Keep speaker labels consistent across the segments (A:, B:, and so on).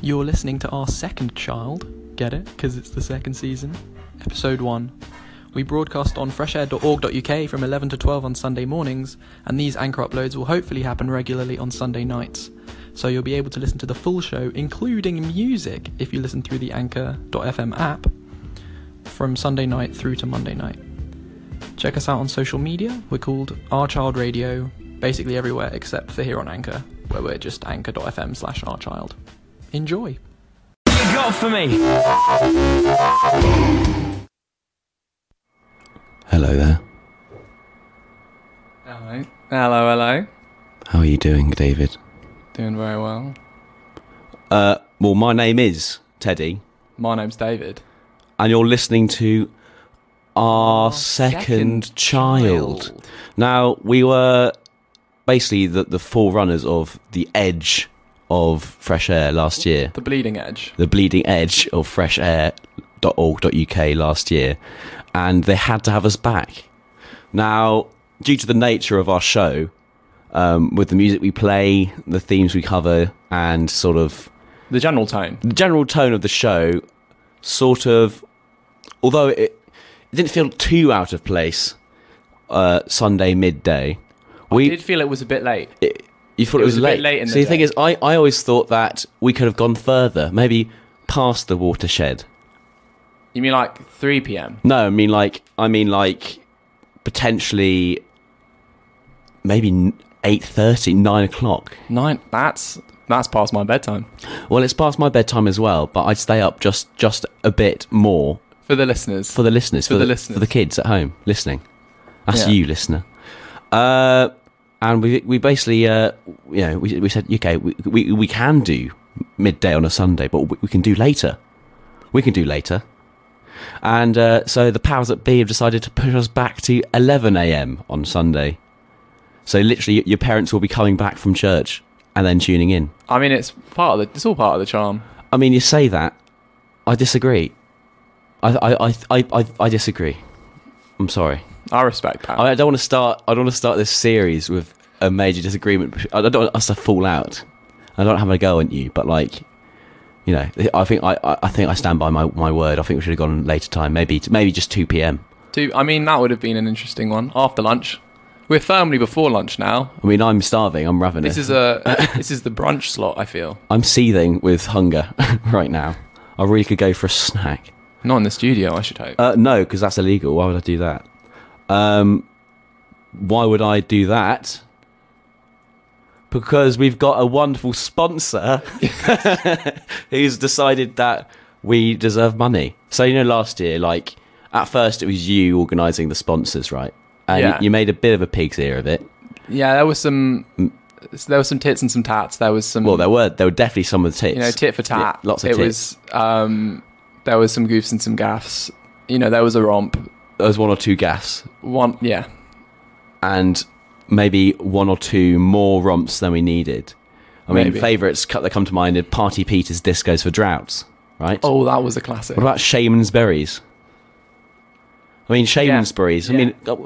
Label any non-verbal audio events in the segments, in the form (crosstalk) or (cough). A: You're listening to our second child, get it? Because it's the second season, episode one. We broadcast on freshair.org.uk from 11 to 12 on Sunday mornings, and these anchor uploads will hopefully happen regularly on Sunday nights. So you'll be able to listen to the full show, including music, if you listen through the anchor.fm app from Sunday night through to Monday night. Check us out on social media. We're called Our Child Radio, basically everywhere except for here on Anchor, where we're just anchor.fm slash our child. Enjoy.
B: you got for me?
C: Hello there.
D: Hello. Hello, hello.
C: How are you doing, David?
D: Doing very well.
C: Uh, well, my name is Teddy,
D: My name's David.
C: and you're listening to Our Second, child. Now, we were basically the, the forerunners of the edge of fresh air last year,
D: The bleeding edge.
C: the bleeding edge of freshair.org.uk last year, and they had to have us back. Now, due to the nature of our show, um, with the music we play, the themes we cover, and sort of
D: The general tone.
C: the general tone of the show sort of although it, it didn't feel too out of place uh sunday midday
D: I
C: we
D: Oh, did feel it was a bit late.
C: you thought it,
D: it was a bit
C: late,
D: late in
C: so
D: the
C: the thing
D: day.
C: is i i always thought that we could have gone further maybe past the watershed
D: You mean like 3 p.m.?
C: no i mean like i mean like potentially maybe 8.30 9 o'clock
D: Nine. That's that's past my bedtime.
C: well it's past my bedtime as well but i'd stay up just just a bit more
D: For the listeners.
C: for the listeners,
D: For the listeners.
C: for the kids at home listening. That's
D: Yeah.
C: you, listener. Uh, and we we basically, uh, you know, we, we said, okay, we, we we can do midday on a Sunday, but we, we can do later. We can do later. And uh, so the powers that be have decided to push us back to 11 a.m. on Sunday. So literally, your parents will be coming back from church and then tuning in.
D: I mean, it's part of the. It's all part of the charm.
C: I mean, you say that. I disagree. I I I I, I, I disagree. I'm sorry.
D: I respect that.
C: I I don't want to start. I don't want to start this series with a major disagreement. I don't want us to fall out. I don't have a go at you, but like, you know, I think I, I I think I stand by my, my word. I think we should have gone later time. Maybe maybe just two p.m.
D: Do- I mean, that would have been an interesting one after lunch. We're firmly before lunch now.
C: I mean, I'm starving. I'm ravenous.
D: This is
C: (laughs)
D: a. this is the brunch slot. I feel
C: I'm seething with hunger (laughs) right now. I really could go for a snack.
D: not in the studio. I should hope.
C: Uh, no, because that's illegal. Why would I do that? Um, why would I do that? Because we've got a wonderful sponsor (laughs) who's decided that we deserve money. So you know, last year, like at first, it was you organising the sponsors, right? And
D: Yeah.
C: you made a bit of a pig's ear of it.
D: yeah, there was some. There was some tits and some tats. There was some.
C: Well, there were there were definitely some of the tits.
D: you know, tit for tat.
C: Yeah, lots of
D: it
C: tits.
D: was um there was some goofs and some gaffs. You know, there was a romp.
C: There was one or two gaffs,
D: One yeah.
C: and maybe one or two more romps than we needed. I mean,
D: Maybe.
C: favourites cut that come to mind are Party Peter's Discos for Droughts, right?
D: Oh, that was a classic.
C: What about Shaman's Berries? I mean, Shaman's
D: Yeah.
C: Berries. I
D: Yeah.
C: mean, uh,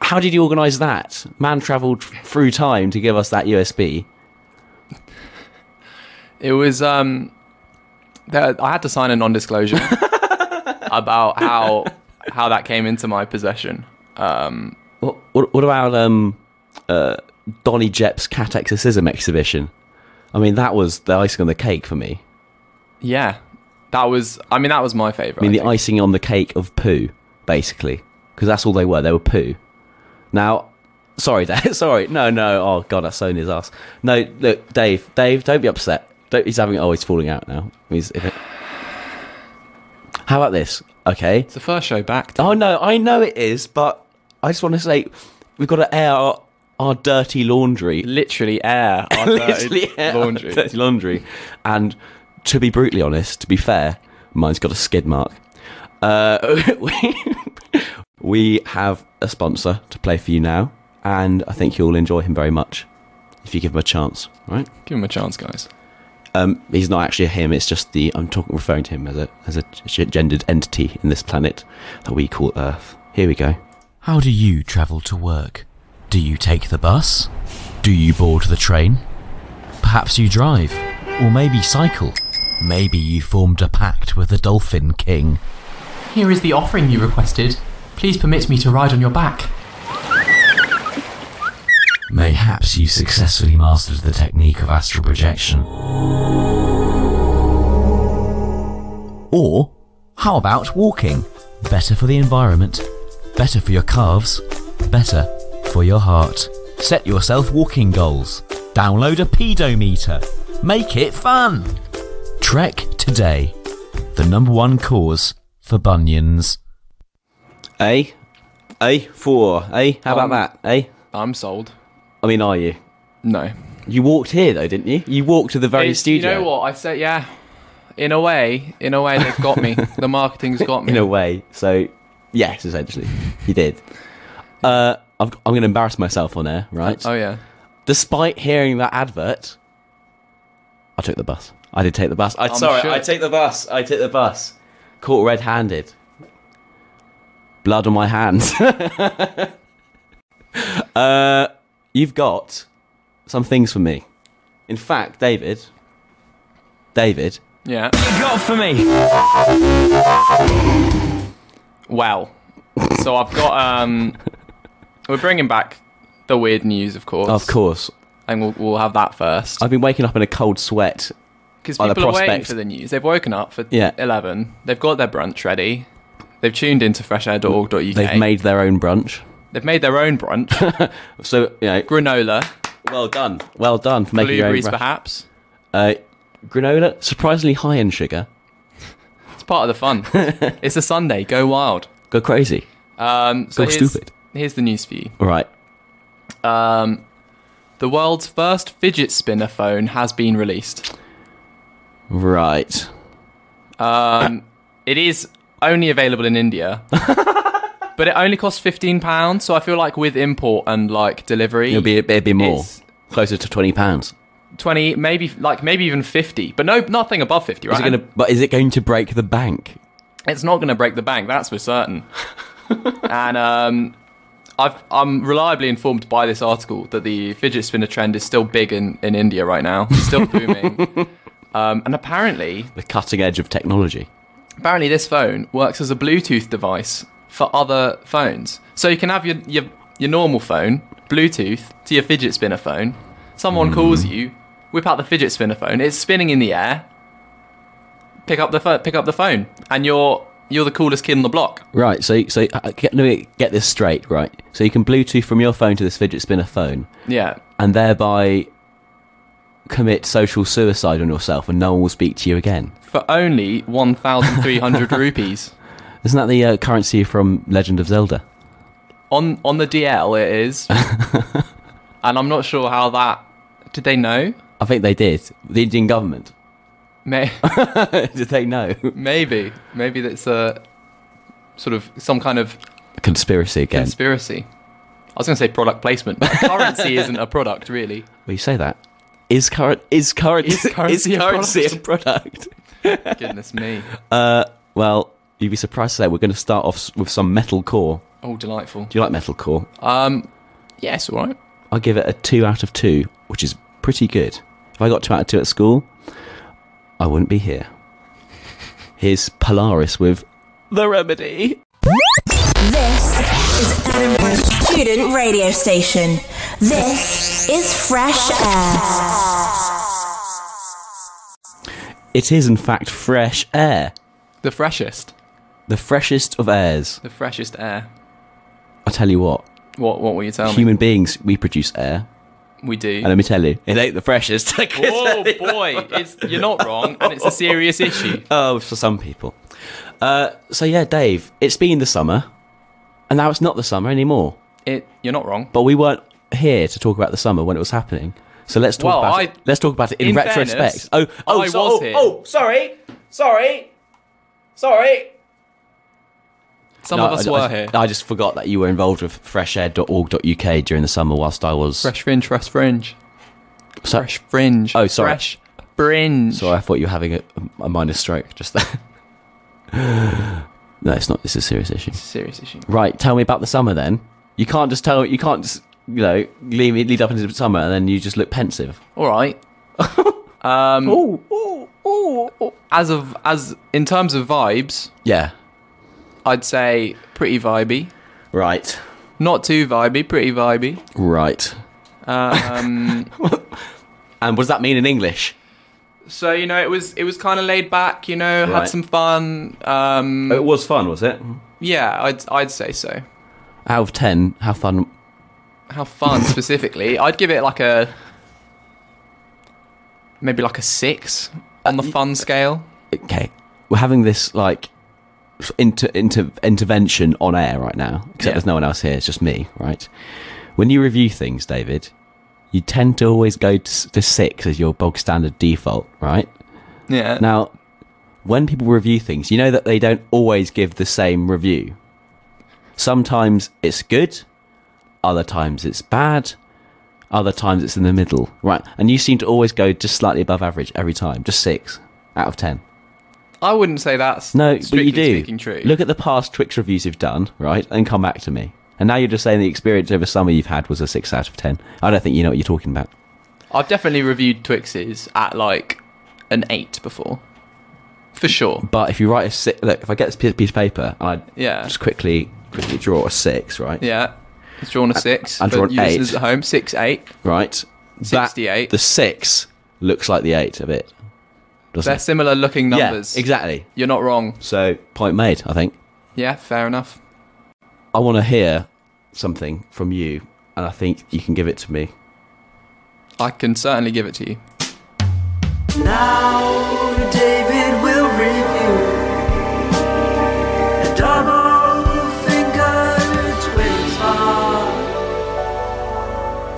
C: how did you organise that? Man travelled through time to give us that USB.
D: It was um there, I had to sign a non
C: (laughs)
D: disclosure about how how that came into my possession. Um
C: What, what, what about um, uh, Donny Jepp's Cat Exorcism exhibition? I mean, that was the icing on the cake for me.
D: yeah. That was I mean that was my favourite.
C: I mean, the
D: think.
C: icing on the cake of poo, basically, because that's all they were. They were poo. Now, sorry, (laughs) Dave, sorry, no, no. Oh God, that's so in his ass. No, look, Dave, Dave, don't be upset. Don't, he's having oh, he's falling out now. He's, how about this? Okay.
D: it's the first show back.
C: Oh no, I know it is, but I just want to say we've got to air our, our dirty laundry,
D: Literally
C: (laughs)
D: air our
C: literally
D: dirty
C: air our
D: uh, (laughs) laundry.
C: dirty laundry. And to be brutally honest, to be fair, mine's got a skid mark. Uh, (laughs) we, we have a sponsor to play for you now, and I think you'll enjoy him very much if you give him a chance. Right?
D: Give him a chance, guys.
C: Um, he's not actually a him. It's just the I'm talking referring to him as a as a g- gendered entity in this planet that we call Earth. Here we go.
E: How do you travel to work? Do you take the bus? Do you board the train? Perhaps you drive, or maybe cycle. Maybe you formed a pact with the Dolphin King.
A: Here is the offering you requested. Please permit me to ride on your back.
E: Mayhaps you successfully mastered the technique of astral projection. Or, how about walking? Better for the environment, better for your calves, better for your heart. Set yourself walking goals. Download a pedometer. Make it fun. Trek today. The number one cause for bunions.
C: A, A four. A. How
D: Um,
C: about that? A.
D: I'm sold.
C: I mean, are you?
D: No.
C: You walked here though, didn't you? You walked to the very
D: It's-
C: studio.
D: You know what? I said, yeah. In a way, in a way,
C: (laughs)
D: they've got me. the marketing's got me.
C: in a way. So, yes, essentially, you
D: (laughs)
C: did. Uh, I've, I'm going to embarrass myself on air, right?
D: oh, yeah.
C: Despite hearing that advert, I took the bus. I did take the bus. I
D: I'm
C: sorry,
D: sure.
C: I take the bus. I take the bus. Caught red-handed. Blood on my hands. (laughs) uh, you've got some things for me. In fact, David. David,
D: Yeah.
B: You got for me?
D: Well, so I've got. um We're bringing back the weird news, of course.
C: of course.
D: And we'll, we'll have that first.
C: I've been waking up in a cold sweat
D: Because
C: Oh, the
D: people are waiting
C: prospect.
D: for the news. They've woken up for
C: Yeah.
D: 11. They've got their brunch ready. They've tuned into freshair.org.uk.
C: They've made their own brunch.
D: They've made their
C: (laughs)
D: own brunch.
C: So, you know,
D: Granola,
C: well done. Well done for making
D: blueberries
C: your own brunch.
D: perhaps.
C: Uh, granola, surprisingly high in sugar.
D: It's part
C: (laughs)
D: of the fun. it's a Sunday. Go wild.
C: Go crazy.
D: Um, so
C: Go
D: here's-
C: stupid.
D: Here's the news for you.
C: All right.
D: Um, the world's first fidget spinner phone has been released.
C: Right.
D: Um, (coughs) it is only available
C: (laughs)
D: in India, but it only costs fifteen pounds. So I feel like with import and like delivery,
C: It'll be, it'll be more.
D: It's-
C: Closer to £20. Is
D: twenty, maybe like maybe even fifty, but no, nothing above fifty. Right?
C: it gonna, but is it going to break the bank?
D: it's not going to break the bank. That's
C: (laughs)
D: for certain. and um, I've, I'm reliably informed by this article that the fidget spinner trend is still big in, in India right now, It's
C: (laughs)
D: still booming. Um, and apparently,
C: The cutting edge of technology.
D: apparently this phone works as a Bluetooth device for other phones. So you can have your your, your normal phone Bluetooth to your fidget spinner phone. Someone calls you, whip out the fidget spinner phone. It's spinning in the air. Pick up the pho- pick up the phone, and you're you're the coolest kid on the block.
C: Right. So, so uh, get, let me get this straight. Right. So you can Bluetooth from your phone to this fidget spinner phone,
D: Yeah.
C: and thereby commit social suicide on yourself, and no one will speak to you again.
D: for only 1,300 rupees.
C: Isn't that the uh, currency from Legend of Zelda?
D: On on the DL it is. and I'm not sure how that did they know?
C: I think they did. The Indian government. (laughs)
D: May,
C: did they know?
D: maybe maybe that's a sort of some kind of
C: Conspiracy again.
D: conspiracy. I was going to say product placement,
C: (laughs)
D: but currency isn't a product really.
C: well, you say that. Is current is current
D: Is currency
C: (laughs)
D: a
C: currency a product?
D: Goodness me.
C: Uh, (laughs) well, you'd be surprised to say we're going to start off s- with some metal core.
D: Oh, delightful.
C: Do you like metal core?
D: Um yes, all right.
C: I give it a two out of two, which is pretty good. If I got two out of two at school, I wouldn't be (laughs) here. Here's Polaris with the remedy.
F: This is Edinburgh's student radio station. This is Fresh Air.
C: It is in fact fresh air,
D: The freshest,
C: the freshest of airs.
D: the freshest air.
C: I tell you what,
D: What what will you tell me?
C: human beings we produce air,
D: We do.
C: and let me tell you, it ain't the freshest. (laughs) I can
D: Oh
C: tell you
D: boy,
C: (laughs)
D: it's, you're not wrong, and it's a serious issue.
C: Oh, for some people. Uh, so yeah, Dave, it's been the summer, and now it's not the summer anymore.
D: It, you're not wrong.
C: But we weren't here to talk about the summer when it was happening. So let's talk
D: Well,
C: about
D: I-
C: it. Let's talk about it in,
D: in
C: retrospect.
D: fairness,
C: oh, oh,
D: I
C: so-
D: was
C: oh,
D: here.
C: oh, sorry, sorry, sorry.
D: Some
C: No,
D: of us
C: I,
D: were
C: I,
D: here.
C: I just forgot that you were involved with freshair.org.uk during the summer whilst I was.
D: fresh fringe, fresh fringe,
C: so-
D: fresh fringe.
C: Oh, sorry.
D: Fresh fringe.
C: Sorry, I thought you were having a, a minor stroke just there. (laughs) no, it's not. It's a serious issue.
D: Serious issue.
C: Right, tell me about the summer then. You can't just tell. You can't just you know lead me lead up into the summer and then you just look pensive.
D: All right. (laughs) um,
C: Oh, oh, oh,
D: as of as in terms of vibes,
C: Yeah.
D: I'd say pretty vibey.
C: Right.
D: Not too vibey, pretty vibey.
C: Right.
D: Um,
C: (laughs) And what does that mean in English?
D: so you know, it was it was kind of laid back. You know, had
C: Right.
D: some fun. Um,
C: It was fun, was it?
D: yeah, I'd I'd say so.
C: Out of ten, how fun?
D: How
C: (laughs)
D: fun specifically? I'd give it like a maybe like a six on
C: Uh,
D: the fun scale.
C: Okay, we're having this like inter, inter intervention on air right now. Except
D: Yeah.
C: there's no one else here; it's just me, right? When you review things, David, you tend to always go to, s- to six as your bog standard default, right?
D: Yeah.
C: Now, when people review things, you know that they don't always give the same review. Sometimes it's good, other times it's bad, other times it's in the middle. Right. And you seem to always go just slightly above average every time, just six out of ten.
D: I wouldn't say that's
C: No, but
D: strictly
C: you do.
D: Speaking true.
C: Look at the past Twix reviews you've done, right? And come back to me. And now you're just saying the experience over summer you've had was a six out of ten. I don't think you know what you're talking about.
D: I've definitely reviewed Twixes at like an eight before, for sure.
C: But if you write a six, look, if I get this piece piece of paper and I
D: Yeah.
C: just quickly quickly draw a six, right?
D: Yeah, it's drawn a six.
C: I've
D: for
C: drawn
D: you listeners
C: eight.
D: at home. Six eight.
C: right?
D: 68.
C: That, the six looks like the eight of it. Doesn't
D: They're
C: it?
D: similar looking numbers.
C: Yeah, exactly.
D: You're not wrong.
C: So point made, I think.
D: Yeah, fair enough.
C: I want to hear something from you, and I think you can give it to me.
D: I can certainly give it to you.
G: Now David will review a double finger twins bar.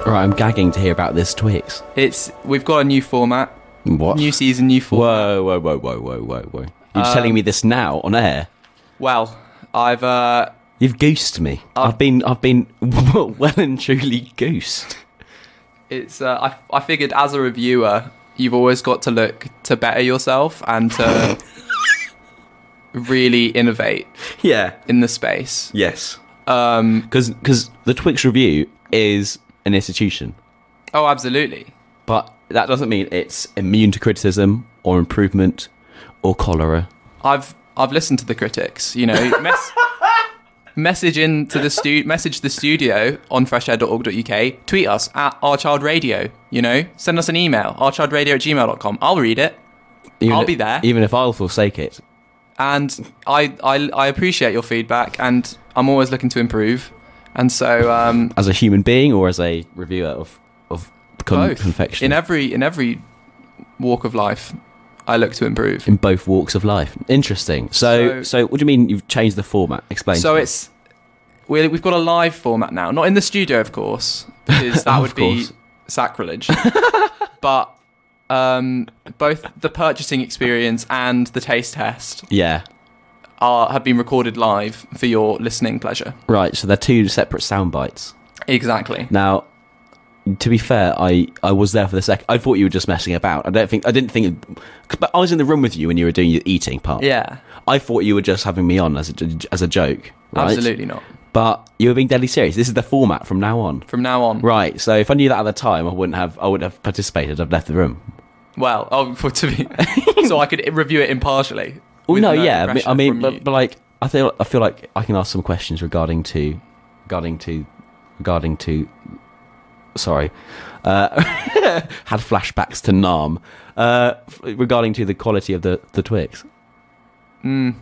C: All right, I'm gagging to hear about this Twix.
D: It's we've got a new format,
C: What?
D: new season, new format.
C: whoa, whoa, whoa, whoa, whoa, whoa, whoa! You're telling me this now on air?
D: Well, I've uh,
C: You've goosed me. I've been, I've been (laughs) well and truly goosed.
D: it's uh, I I figured as a reviewer, you've always got to look to better yourself and
C: (laughs)
D: to really innovate
C: Yeah.
D: in the space.
C: Yes. Um, because the Twix review is an institution.
D: Oh, absolutely.
C: but that doesn't mean it's immune to criticism or improvement or cholera.
D: I've I've listened to the critics. You know, mess, message in to the stu- message the studio on freshair.org.uk. Tweet us at our child radio. You know, send us an email ourchildradio at gmail.com. I'll read it,
C: Even
D: I'll
C: if-
D: be there.
C: Even if I'll forsake it.
D: and I, I I appreciate your feedback, and I'm always looking to improve. And so um,
C: As a human being or as a reviewer of, of con-
D: both
C: confection.
D: in every in every walk of life, I look to improve.
C: in both walks of life. Interesting. So, so,
D: So-
C: what do you mean you've changed the format? Explain.
D: So
C: to me.
D: it's we we've got a live format now, not in the studio, of course,
C: (laughs)
D: because that
C: Of
D: would be
C: course. (laughs)
D: sacrilege. but um, both the purchasing experience and the taste test
C: Yeah.
D: are have been recorded live for your listening pleasure.
C: Right. So they're two separate sound bites.
D: Exactly.
C: Now, to be fair, I, I was there for the second. I thought you were just messing about. I don't think I didn't think, but I was in the room with you when you were doing your eating part.
D: Yeah.
C: I thought you were just having me on as a, as a joke. Right?
D: Absolutely not.
C: But you were being deadly serious. This is the format from now on.
D: From now on.
C: Right. So if I knew that at the time, I wouldn't have. I would have participated. I've left the room.
D: Well, oh, (laughs) for to be so I could review it impartially.
C: Well,
D: with
C: no, yeah. I mean-
D: pressure
C: I mean,
D: from you.
C: but, but like, I feel. I feel like I can ask some questions regarding to, regarding to, regarding to. Sorry, uh, (laughs) had flashbacks to Nam uh, f- regarding to the quality of the the Twix.
D: Mm.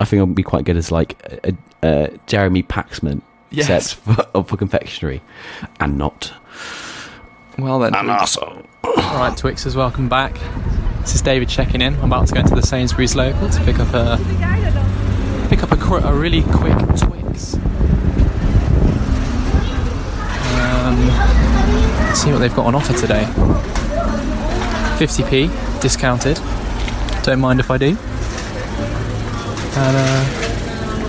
C: I think I'll be quite good as like a, a, a Jeremy Paxman,
D: Yes.
C: except for, (laughs) for confectionery, and not.
D: well then,
A: Alright, Twixers, welcome back. This is David checking in. I'm about to go into the Sainsbury's local to pick up a pick up a, qu- a really quick Twix. Um, see what they've got on offer today. 50p discounted. Don't mind if I do. And uh,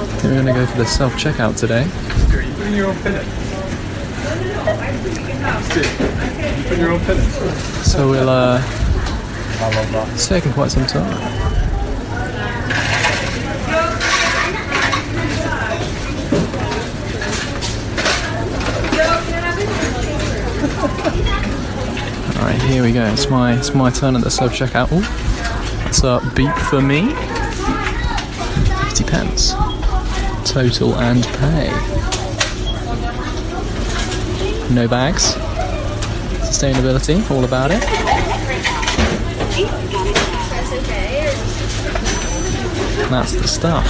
A: I think we're gonna go for the self checkout today. So we'll uh, it's taken quite some
D: (laughs)
A: time. Alright, here we go. It's my it's my turn at the self checkout.
D: That's a beat for me. 50 pence. Total and pay. No bags. Sustainability, all about it. And that's the stuff.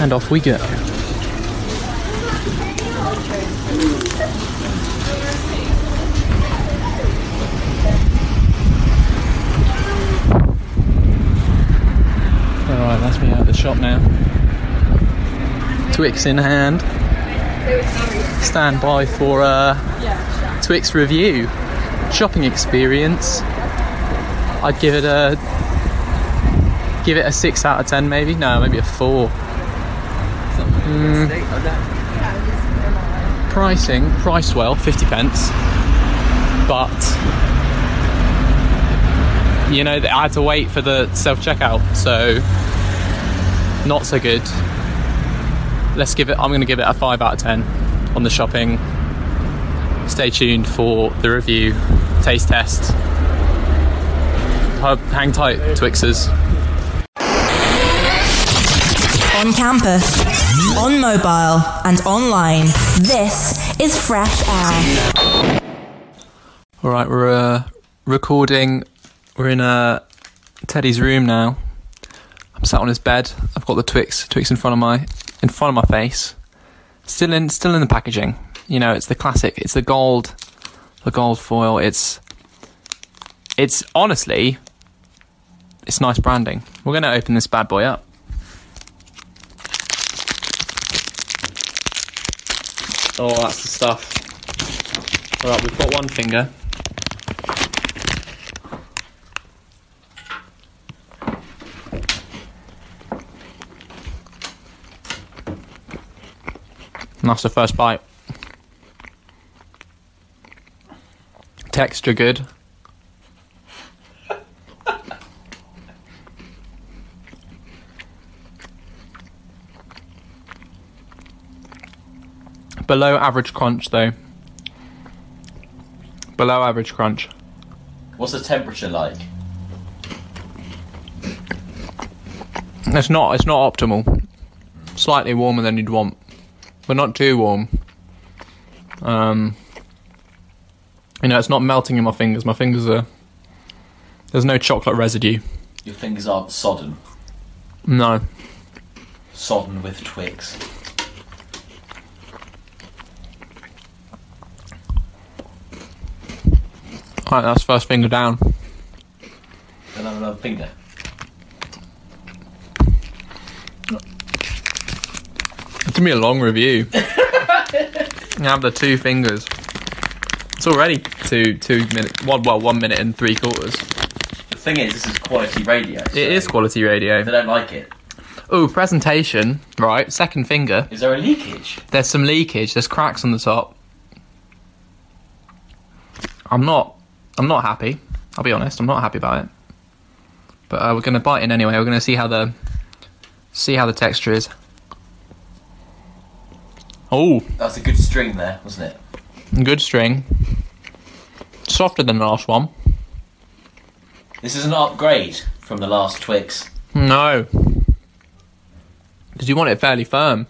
D: And off we go. Alright, that's me out of the shop now. Twix in hand. Stand by for a Twix review. Shopping experience. I'd give it a give it a six out of ten maybe. No, maybe a four. Mm. Pricing, price well, fifty pence. But you know, I had to wait for the self checkout, so not so good. Let's give it, I'm going to give it a 5 out of 10 on the shopping. Stay tuned for the review, taste test. Hub- Hang tight, Twixers.
F: On campus, on mobile, and online. This is Fresh Air.
D: All right, we're uh, recording. We're in uh, Teddy's room now. I'm sat on his bed. I've got the Twix, Twix in front of my in front of my face. Still in, still in the packaging. You know, it's the classic. It's the gold, the gold foil. It's, it's honestly, it's nice branding. We're gonna open this bad boy up. Oh, that's the stuff. All right, we've got one finger. And that's the first bite. Texture good. Below average crunch though. Below average crunch.
C: What's the temperature like?
D: It's not it's not optimal. Slightly warmer than you'd want. But not too warm. Um you know, it's not melting in my fingers. My fingers are there's no chocolate residue.
C: Your fingers aren't sodden.
D: No.
C: Sodden with twigs.
D: Alright, that's first finger down.
C: Then have another finger.
D: It's gonna be a long
C: (laughs)
D: review. I have the two fingers. It's already two two minutes. One well, one minute and three quarters.
C: The thing is, this is quality radio.
D: It is quality radio.
C: don't like it.
D: Oh, presentation. Right, second finger.
C: Is there a leakage?
D: There's some leakage. There's cracks on the top. I'm not. I'm not happy. I'll be honest. I'm not happy about it. But uh, we're gonna bite in anyway. We're gonna see how the see how the texture is. Oh.
C: That's a good string there, wasn't it?
D: Good string. Softer than the last one.
C: This is an upgrade from the last Twix.
D: No. Because you want it fairly firm.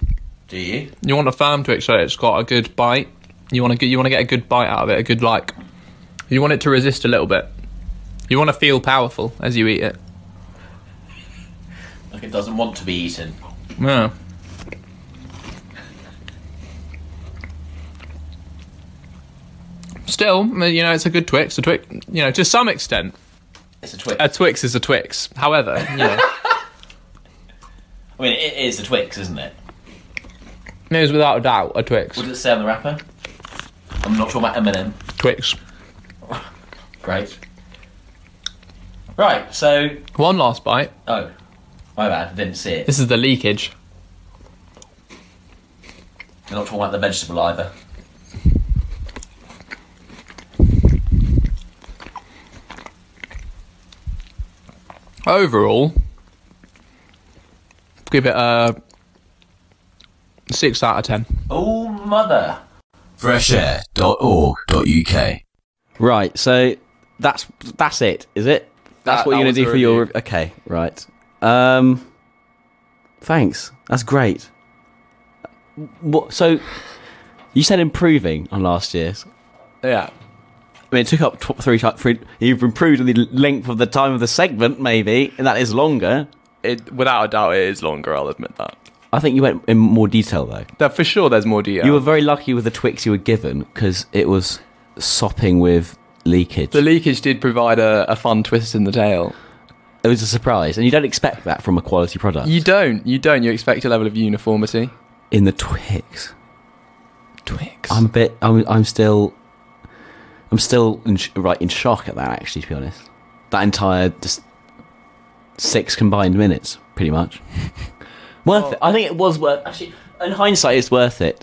C: Do you?
D: You want a firm Twix so it's got a good bite. You want to you want to get a good bite out of it, a good like. You want it to resist a little bit. You want to feel powerful as you eat it.
C: Like it doesn't want to be eaten.
D: Yeah. Still, you know, it's a good Twix. A Twix, you know, to some extent,
C: It's a Twix.
D: a Twix is a Twix. However, you know,
C: I mean, it is a Twix, isn't it?
D: it is without a doubt a Twix.
C: What does it say on the wrapper? I'm not talking about M&M.
D: Twix.
C: Great. Right, so...
D: One last bite.
C: Oh, my bad, I didn't see it.
D: This is the leakage.
C: We're not talking about the vegetable either.
D: overall, give it a six out of ten.
C: Oh, mother!
E: freshair.org.uk.
C: Right, so that's that's it, is it? That's
D: That-
C: what
D: that
C: you're gonna
D: was
C: do
D: the
C: for your
D: review.
C: okay, right. Um Thanks. That's great. What so you said improving on last year's.
D: Yeah.
C: I mean, it took up tw- three ti- three- You've improved on the length of the time of the segment, maybe, and that is longer.
D: It without a doubt it is longer, I'll admit that.
C: I think you went in more detail though.
D: That for sure there's more detail.
C: You were very lucky with the Twix you were given because it was sopping with leakage.
D: the leakage did provide a, a fun twist in the tale.
C: it was a surprise, and you don't expect that from a quality product.
D: You don't, you don't. You expect a level of uniformity.
C: in the Twix.
D: Twix.
C: I'm a bit. I'm. I'm still. I'm still in sh- right in shock at that. Actually, to be honest, that entire just six combined minutes, pretty
D: (laughs)
C: much. worth it. I think it was worth. Actually, in hindsight, it's worth it.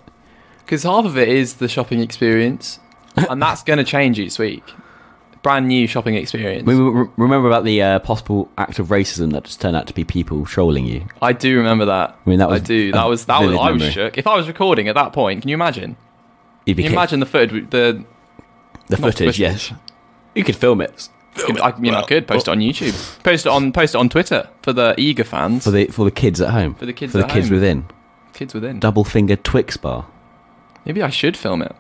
D: Because half of it is the shopping (laughs) experience, and that's going to change each week. Brand new shopping experience.
C: We re- remember about the uh, possible act of racism that just turned out to be people trolling you.
D: I do remember that.
C: I mean, that was
D: I do.
C: a
D: That was that was.
C: vivid
D: I was
C: memory.
D: shook. If I was recording at that point, can you imagine?
C: You'd be
D: Can you
C: kicked.
D: imagine the footage? The
C: the
D: not
C: footage?
D: footage.
C: Yes, you could film it
D: I mean, I could post it on YouTube, post it on post it on Twitter for the eager fans,
C: for the for the kids at home. For
D: the kids
C: For the
D: at
C: kids
D: home.
C: within.
D: kids within.
C: Double finger Twix bar.
D: Maybe I should film it.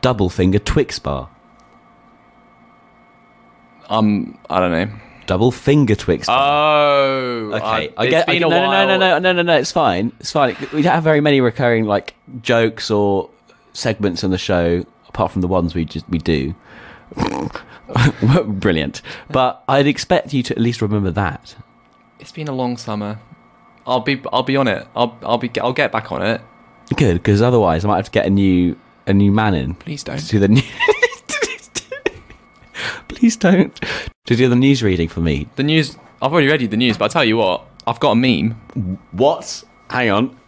C: Double finger Twix bar.
D: Um, I don't know.
C: Double finger Twix bar.
D: Oh,
C: Okay,
D: I,
C: I
D: it's
C: get.
D: been
C: no,
D: a
C: no,
D: while.
C: no, no, no, no, no, no. It's fine. It's fine. We don't have very many recurring like jokes or segments on the show, apart from the ones we just we do. (laughs) Brilliant. But I'd expect you to at least remember that.
D: It's been a long summer. I'll be I'll be on it. I'll I'll be I'll get back on it.
C: Good, because otherwise I might have to get a new a new man in
D: Please
C: (laughs)
D: don't.
C: to do the new. Please don't to do the news reading for me.
D: The news. I've already read you the news, but I tell you what, I've got a meme.
C: What? Hang on.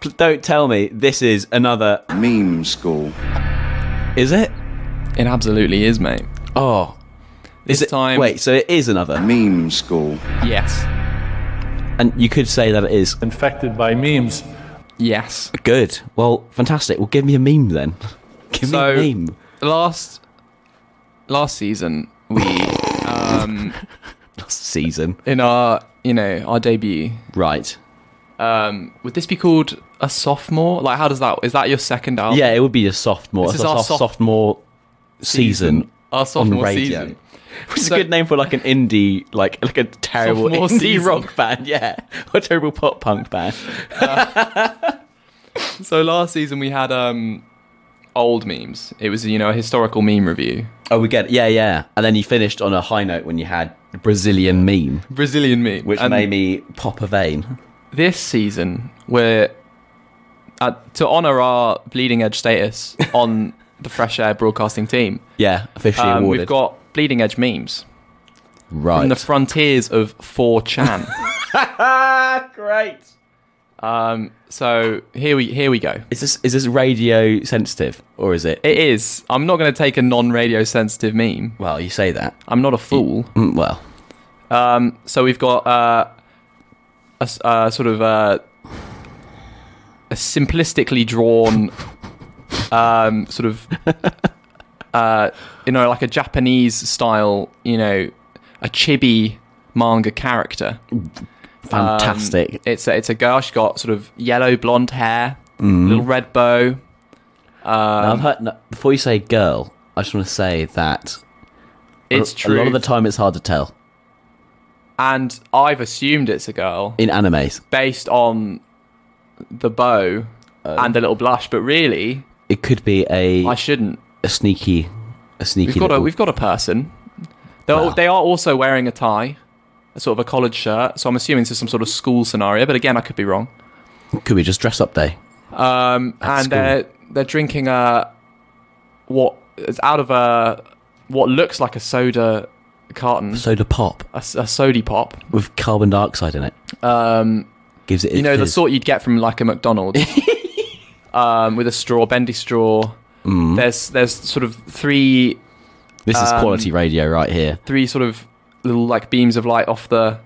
C: P- Don't tell me this is another meme school. Is it?
D: It absolutely is, mate.
C: Oh. Is
D: This
C: it
D: time-
C: Wait, so it is another meme.
D: Yes.
C: And you could say that it is.
H: infected by memes.
D: Yes.
C: Good. Well, fantastic. Well, give me a meme then. (laughs) Give
D: So-
C: me a meme.
D: Last last season, we um
C: Last season.
D: in our you know our debut.
C: Right.
D: Um, would this be called a sophomore? Like, how does that? Is that your second album?
C: Yeah, it would be a sophomore.
D: Oh. This
C: It's
D: is
C: a
D: our
C: soft,
D: soph-
C: sophomore season,
D: Our sophomore
C: on radio.
D: season.
C: Which is
D: So-
C: a good name for like an indie, like like a terrible
D: Sophomore
C: indie
D: season.
C: rock band, (laughs) yeah, or terrible pop punk band.
D: So last season we had um old memes. It was you know a historical meme review.
C: Oh, we get it. yeah, yeah. And then you finished on a high note when you had the Brazilian meme,
D: Brazilian meme,
C: which
D: And
C: made me pop a vein.
D: this season we're at, to honour our bleeding
C: (laughs)
D: edge status on the fresh air broadcasting team.
C: Yeah, officially
D: Um,
C: awarded.
D: we've got bleeding edge memes
C: right.
D: from the frontiers of
C: (laughs)
D: 4chan.
C: Great.
D: um, so here we here we go.
C: Is this is this radio sensitive or is it?
D: It is. I'm not going to take a non-radio sensitive meme.
C: Well, you say that.
D: I'm not a fool.
C: Mm, Well,
D: Um, so we've got uh, a s- uh, sort of uh, a simplistically drawn um, sort of uh, you know like a Japanese style you know a chibi manga character. Um,
C: fantastic.
D: it's a, it's a girl. She's got sort of yellow blonde hair,
C: Mm-hmm.
D: little red bow. Um,
C: Now, I've heard, no, before you say girl, I just want to say that
D: It's
C: a,
D: true.
C: a lot of the time it's hard to tell
D: and I've assumed it's a girl.
C: in animes.
D: based on the bow
C: Oh.
D: and the little blush, but really,
C: It could be a,
D: I shouldn't.
C: a sneaky, a sneaky.
D: We've got a
C: little-
D: we've got a person. They're,
C: Wow.
D: They are also wearing a tie, a sort of a collared shirt. So I'm assuming this is some sort of school scenario, but again, I could be wrong.
C: could be just dress up day.
D: Um,
C: At
D: and
C: school.
D: they're they're drinking a what is out of a what looks like a soda carton,
C: Soda pop
D: a, s- a sody pop.
C: with carbon dioxide in it.
D: Um,
C: Gives it.
D: you know the
C: fizz.
D: sort you'd get from like
C: (laughs)
D: a McDonald's, um, with a straw, bendy straw.
C: Mm-hmm.
D: There's there's sort of three
C: This is
D: um,
C: quality radio right here.
D: three sort of little like beams of light off the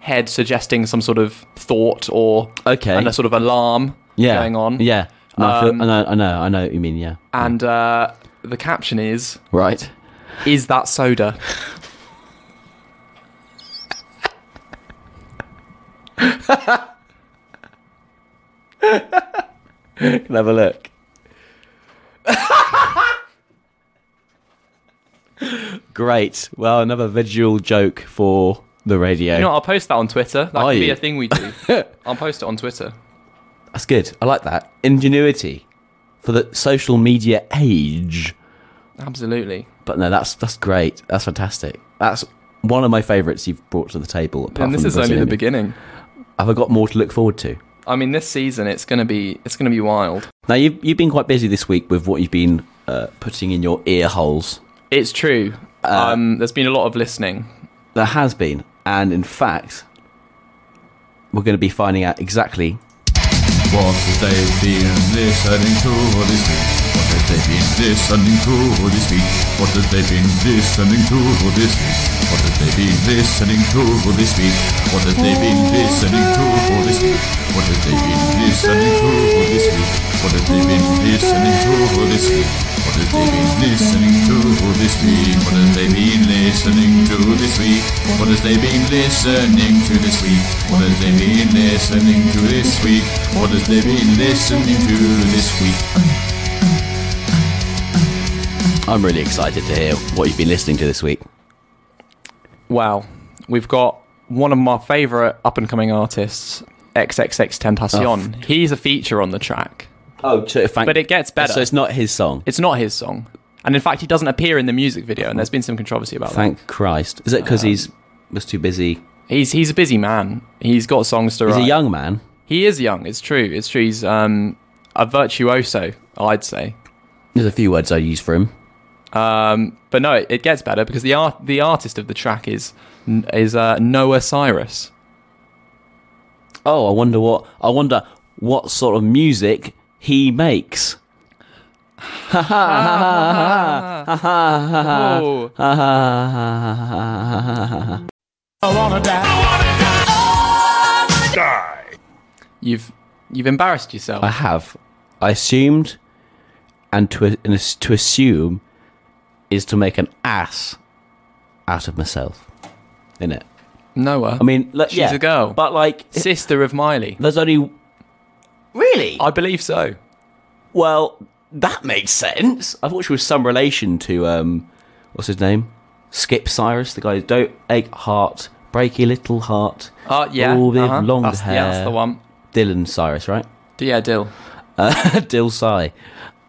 D: head, suggesting some sort of thought or
C: Okay.
D: and a sort of alarm
C: Yeah.
D: going on. Um,
C: Yeah. No, I, feel, I know, I know, I know what you mean. Yeah.
D: And uh, the caption is (laughs)
C: Right.
D: Is that soda?
C: Can have a look. (laughs) Great. Well, another visual joke for the radio.
D: You know, what, I'll post that on Twitter. That
C: Are
D: could be
C: you?
D: a thing we do.
C: (laughs)
D: I'll post it on Twitter.
C: That's good. I like that ingenuity for the social media age.
D: Absolutely.
C: But no, that's that's great. That's fantastic. That's one of my favourites you've brought to the table. Apart
D: and this
C: from
D: is only the
C: Brazilian.
D: beginning.
C: Have I got more to look forward to?
D: I mean, this season it's gonna be it's gonna be wild.
C: Now you've you've been quite busy this week with what you've been uh, putting in your ear holes.
D: It's true.
C: Uh,
D: um, there's been a lot of listening.
C: There has been, and in fact, we're going to be finding out exactly
H: What have they been listening to this week? What have they been listening to this week? What have they been listening to this week? What have they been listening to this week? What have they been listening to this week? What have they been listening to this week? What have they been listening to this week? What have they been listening to this week? What have they been listening to this week? What have they been listening to this week? What have they been listening to this week? What have they been listening to this week?
C: I'm really excited to hear what you've been listening to this week.
D: Well, we've got one of my favourite up and coming artists, XXX Tentacion. He's a feature on the track.
C: Oh, thank
D: But it gets better.
C: So it's not his song.
D: It's not his song. And in fact, he doesn't appear in the music video, and there's been some controversy about that.
C: Thank Christ. Um, Is it because he's was too busy?
D: He's he's a busy man. He's got songs to
C: He's
D: write.
C: a young man.
D: He is young. It's true. It's true. He's um, a virtuoso, I'd say.
C: There's a few words I use for him.
D: Um, but no, it, it gets better because the art the artist of the track is is uh, Noah Cyrus.
C: Oh, I wonder what I wonder what sort of music he makes.
D: Oh, you've you've embarrassed yourself.
C: I have. I assumed, and to and as- to assume, is to make an ass out of myself. In it.
D: Noah.
C: I mean, like,
D: She's
C: yeah,
D: a girl.
C: but like,
D: sister of Miley.
C: there's only really.
D: I believe so.
C: Well, that makes sense. I thought she was some relation to um, what's his name, Skip Cyrus, the guy who don't ache heart, breaky little heart,
D: Uh, yeah.
C: all with
D: uh-huh.
C: long
D: that's,
C: hair.
D: Yeah, that's the one.
C: Dylan Cyrus, right? (laughs)
D: Yeah, Dill.
C: Uh, Dill Cy.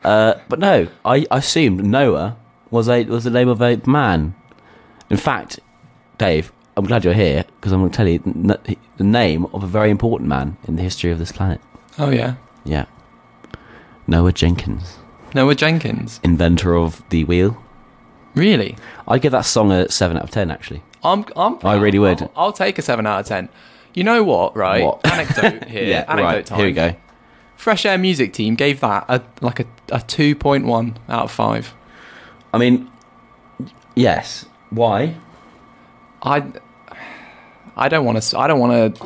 C: Uh, but no, I, I assumed Noah was a was the name of a man. In fact, Dave, I'm glad you're here because I'm going to tell you the n- the name of a very important man in the history of this planet.
D: Oh yeah.
C: Yeah, Noah Jenkins,
D: Noah Jenkins.
C: inventor of the wheel.
D: Really?
C: I'd give that song a seven out of ten. Actually,
D: I'm. I'm.
C: I really would.
D: I'll, I'll take a seven out of ten. You know what? Right.
C: What? (laughs)
D: (laughs) Anecdote here. Anecdote
C: right.
D: time.
C: Here we go.
D: Fresh Air Music Team gave that a like a, a two point one out of five.
C: I mean, yes. Why?
D: I. I don't want to. I don't want to.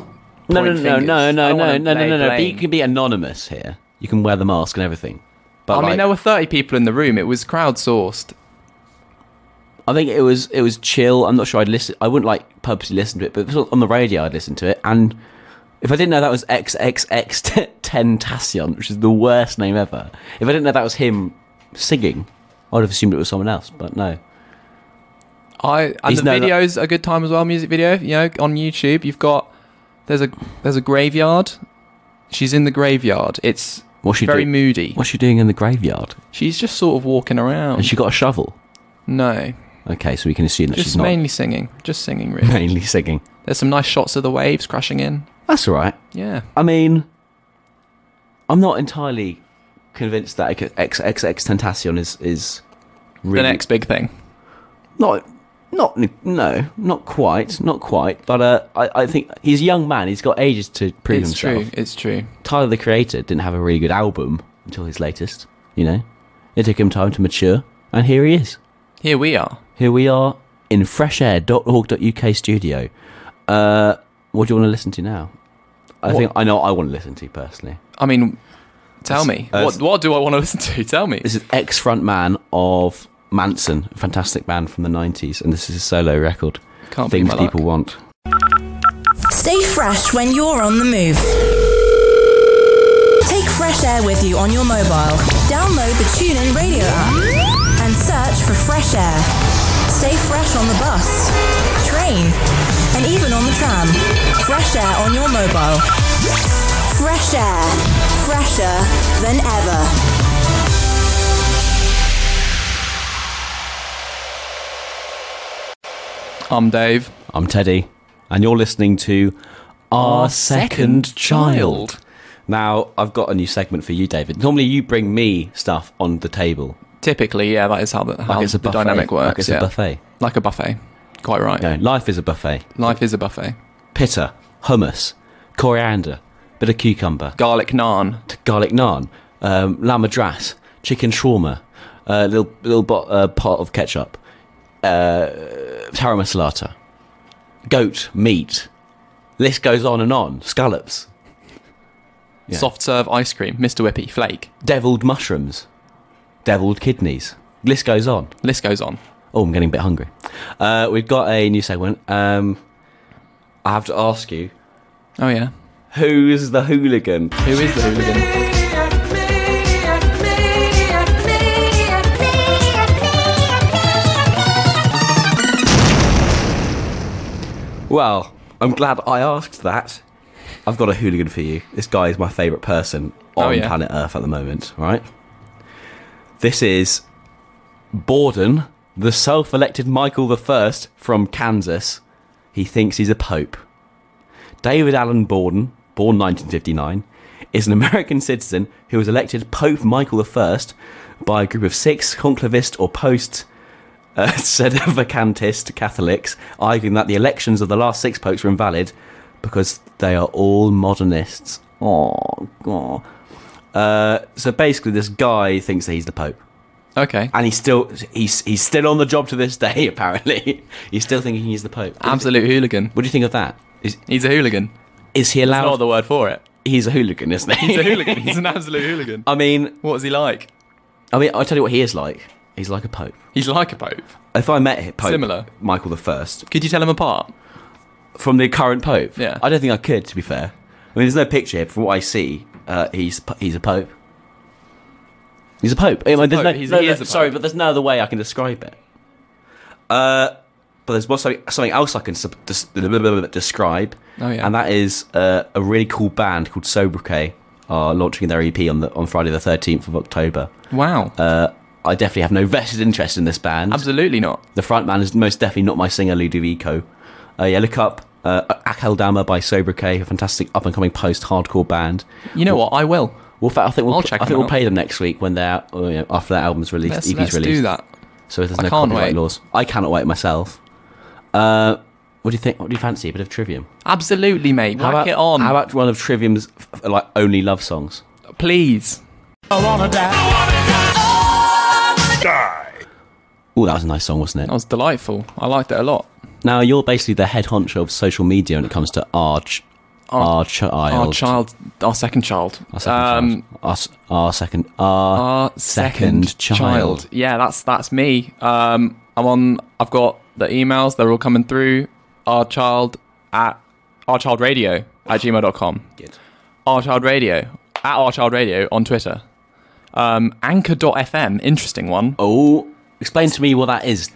C: No, no,
D: Point
C: no, no,
D: fingers.
C: no,
D: I
C: no,
D: don't
C: no,
D: wanna
C: no, no,
D: lay
C: no, no. But you
D: blame.
C: can be anonymous here. You can wear the mask and everything. But
D: I
C: like,
D: mean, there were thirty people in the room. It was crowdsourced.
C: I think it was it was chill. I'm not sure I'd listen. I wouldn't like purposely listen to it, but if it was on the radio, I'd listen to it. And if I didn't know that was XXX (laughs) Tentacion, which is the worst name ever, if I didn't know that was him singing, I'd have assumed it was someone else. But no,
D: I and
C: He's
D: the
C: no-
D: video's a good time as well. Music video, you know, on YouTube, you've got there's a there's a graveyard. She's in the graveyard. It's
C: What's she
D: very
C: do-
D: moody.
C: what's she doing in the graveyard?
D: She's just sort of walking around.
C: And she got a shovel.
D: no,
C: Okay, so we can assume that
D: just
C: she's not
D: mainly singing, just singing really.
C: (laughs) mainly singing.
D: there's some nice shots of the waves crashing in.
C: That's all right.
D: Yeah,
C: I mean, I'm not entirely convinced that XXX Tentacion is is really
D: the next big thing.
C: not not no not quite not quite but uh I, I think he's a young man he's got ages to prove
D: It's
C: himself
D: true. It's true.
C: tyler the creator didn't have a really good album until his latest you know it took him time to mature and here he is
D: Here we are.
C: here we are in freshair.org.uk studio uh what do you want to listen to now i think i know what i want to listen to personally
D: I mean, Tell me.
C: uh,
D: what, what do I want to (laughs) listen to? Tell me.
C: This is ex frontman of Manson, a fantastic band from the 90s, and this is his solo record.
D: Can't be
C: Things
D: my luck.
C: people want.
F: Stay fresh when you're on the move. Take fresh air with you on your mobile. Download the TuneIn Radio app and search for fresh air. Stay fresh on the bus, train, and even on the tram. Fresh air on your mobile. Fresh air, fresher than ever.
D: I'm Dave.
C: I'm Teddy, and you're listening to Our, Second, Child. Now, I've got a new segment for you, David. Normally, you bring me stuff on the table,
D: Typically, yeah, that is how the, how
C: like it's a
D: the
C: buffet.
D: dynamic works.
C: Like it's
D: yeah.
C: a buffet.
D: Like a buffet. Quite right.
C: No, life is a buffet.
D: Life is a buffet.
C: Pitta, hummus, coriander, bit of cucumber,
D: Garlic naan.
C: t- garlic naan, um, lamb madras, chicken shawarma, uh, little little bo- uh, pot of ketchup, uh, taro masalata, goat meat. List goes on and on. Scallops, Yeah.
D: Soft serve ice cream. Mr. Whippy. Flake.
C: deviled mushrooms, deviled kidneys. List goes on.
D: List goes on.
C: Oh, I'm getting a bit hungry. Uh, we've got a new segment. Um, I have to ask you,
D: Oh, yeah.
C: who's the hooligan?
D: Who is the hooligan?
C: Well, I'm glad I asked that. I've got a hooligan for you. This guy is my favourite person on
D: Oh, yeah.
C: planet Earth at the moment, right? This is Borden, the self elected Michael I from Kansas. He thinks he's a pope. David Allen Borden, born 1959, is an (laughs) American citizen who was elected Pope Michael I by a group of six conclavist or post (laughs) uh, sedevacantist Catholics, arguing that the elections of the last six popes were invalid because they are all modernists. Oh, God. Uh, so basically, this guy thinks that he's the Pope,
D: Okay.
C: and he's still he's he's still on the job to this day. (laughs) Apparently, he's still thinking he's the Pope.
D: Absolute hooligan.
C: What do you think of that? Is
D: He's a hooligan.
C: is he
D: That's
C: allowed?
D: not the word for it.
C: he's a hooligan, isn't he?
D: He's a hooligan. He's an absolute hooligan.
C: (laughs) I mean,
D: What is he like?
C: I mean, I tell you what he is like. He's like a pope.
D: He's like a pope.
C: If I met hi- Pope
D: Similar.
C: Michael the First
D: Could you tell him apart?
C: from the current pope,
D: Yeah.
C: I don't think I could. To be fair, I mean, there's no picture here. but From what I see, uh, he's p- he's a pope. He's a pope. I mean, there's no,
D: pope. He's-
C: no-
D: he
C: no-
D: is a pope.
C: sorry, but there's no other way I can describe it. Uh, but there's what's something, something else I can sub- des- describe,
D: Oh, yeah.
C: and that is uh, a really cool band called Sobriquet are launching their EP on the on Friday the 13th of October.
D: Wow.
C: Uh, I definitely have no vested interest in this band.
D: Absolutely not.
C: The frontman is most definitely not my singer, Ludovico. Uh, yeah, look up uh, Akeldama by Sobriquet, a fantastic up and coming post hardcore band.
D: You know what? I will.
C: Well, in fact, I think we'll
D: I'll check
C: I think
D: them
C: we'll
D: out.
C: play them next week when they're uh, you know, after their album's released,
D: Let's,
C: EP's
D: let's
C: released.
D: do that.
C: So if there's
D: I
C: no
D: can't
C: copyright
D: wait.
C: laws, I cannot wait myself. Uh, what do you think? What do you fancy? A bit of Trivium.
D: Absolutely, mate. Whack
C: about
D: it on.
C: How about one of Trivium's f- like only love songs?
D: Please.
C: Oh, that was a nice song, wasn't it?
D: That was delightful. I liked it a lot.
C: Now you're basically the head honcho of social media when it comes to our ch- our, child,
D: Our child, our second child.
C: our second,
D: Um,
C: child. Our, s- our second, our,
D: Our
C: second, child.
D: Yeah, that's that's me. Um, I'm on. I've got the emails. They're all coming through. Our child at our child radio at gmail.com.
C: Good.
D: Our Child Radio at Our Child Radio on Twitter. Um, Anchor.fm, interesting one.
C: Oh, explain to me what that is.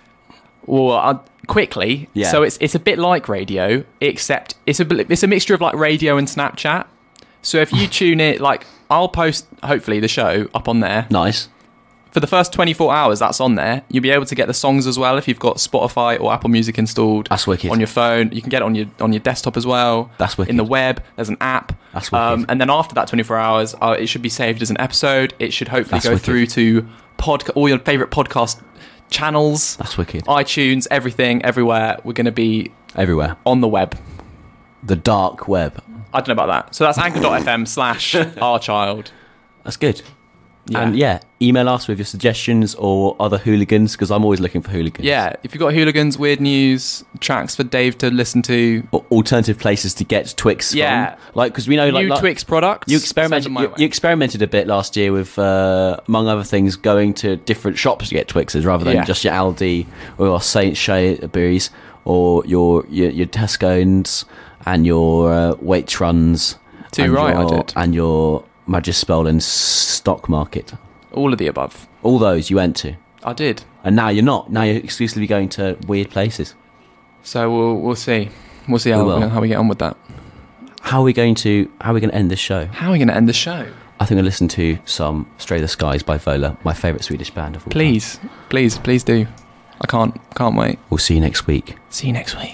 D: Well, uh, quickly,
C: Yeah.
D: so it's it's a bit like radio, except it's a bit- it's a mixture of like radio and Snapchat. So
C: (laughs)
D: if you tune it, like I'll post hopefully the show up on there
C: Nice.
D: for the first 24 hours. That's on there. You'll be able to get the songs as well if you've got Spotify or Apple Music installed.
C: That's wicked.
D: on your phone. You can get it on your on your desktop as well.
C: That's wicked.
D: In the web, there's an app.
C: That's
D: Um,
C: wicked.
D: and then after that 24 hours, uh, it should be saved as an episode. It should hopefully
C: That's
D: go
C: wicked.
D: through to podca- all your favorite podcast channels
C: That's wicked.
D: iTunes, everything, everywhere. We're going to be
C: Everywhere.
D: on the web.
C: The dark web. (laughs)
D: I don't know about that. So that's anchor.fm slash our child.
C: That's good. And yeah, email us with your suggestions or other hooligans because I'm always looking for hooligans.
D: Yeah, if you've got hooligans, weird news, tracks for Dave to listen to,
C: Or alternative places to get Twix
D: Yeah.
C: from. Like, because we know, like,
D: new
C: like-
D: Twix products.
C: You
D: send
C: experimented.
D: them my
C: You,
D: way.
C: you experimented a bit last year with, uh, among other things, going to different shops to get Twixes rather than
D: Yeah.
C: just your Aldi or your Saint Shays or your your, your Tesco's and your uh, Waitruns.
D: Too
C: and
D: right, I
C: your,
D: did.
C: And your Magispel and Stock Market.
D: all of the above.
C: All those you went to,
D: I did.
C: and now you're not. Now you're exclusively going to weird places.
D: So we'll we'll see. We'll see how
C: We will.
D: we how we get on with that.
C: How are we going to? How are we going to end this show?
D: How are we going to end the show?
C: I think I listened to some "Stray the Skies" by Vola, my favorite Swedish band of all. time.
D: Please, please, please do. I can't can't wait.
C: We'll see you next week.
D: See you next week.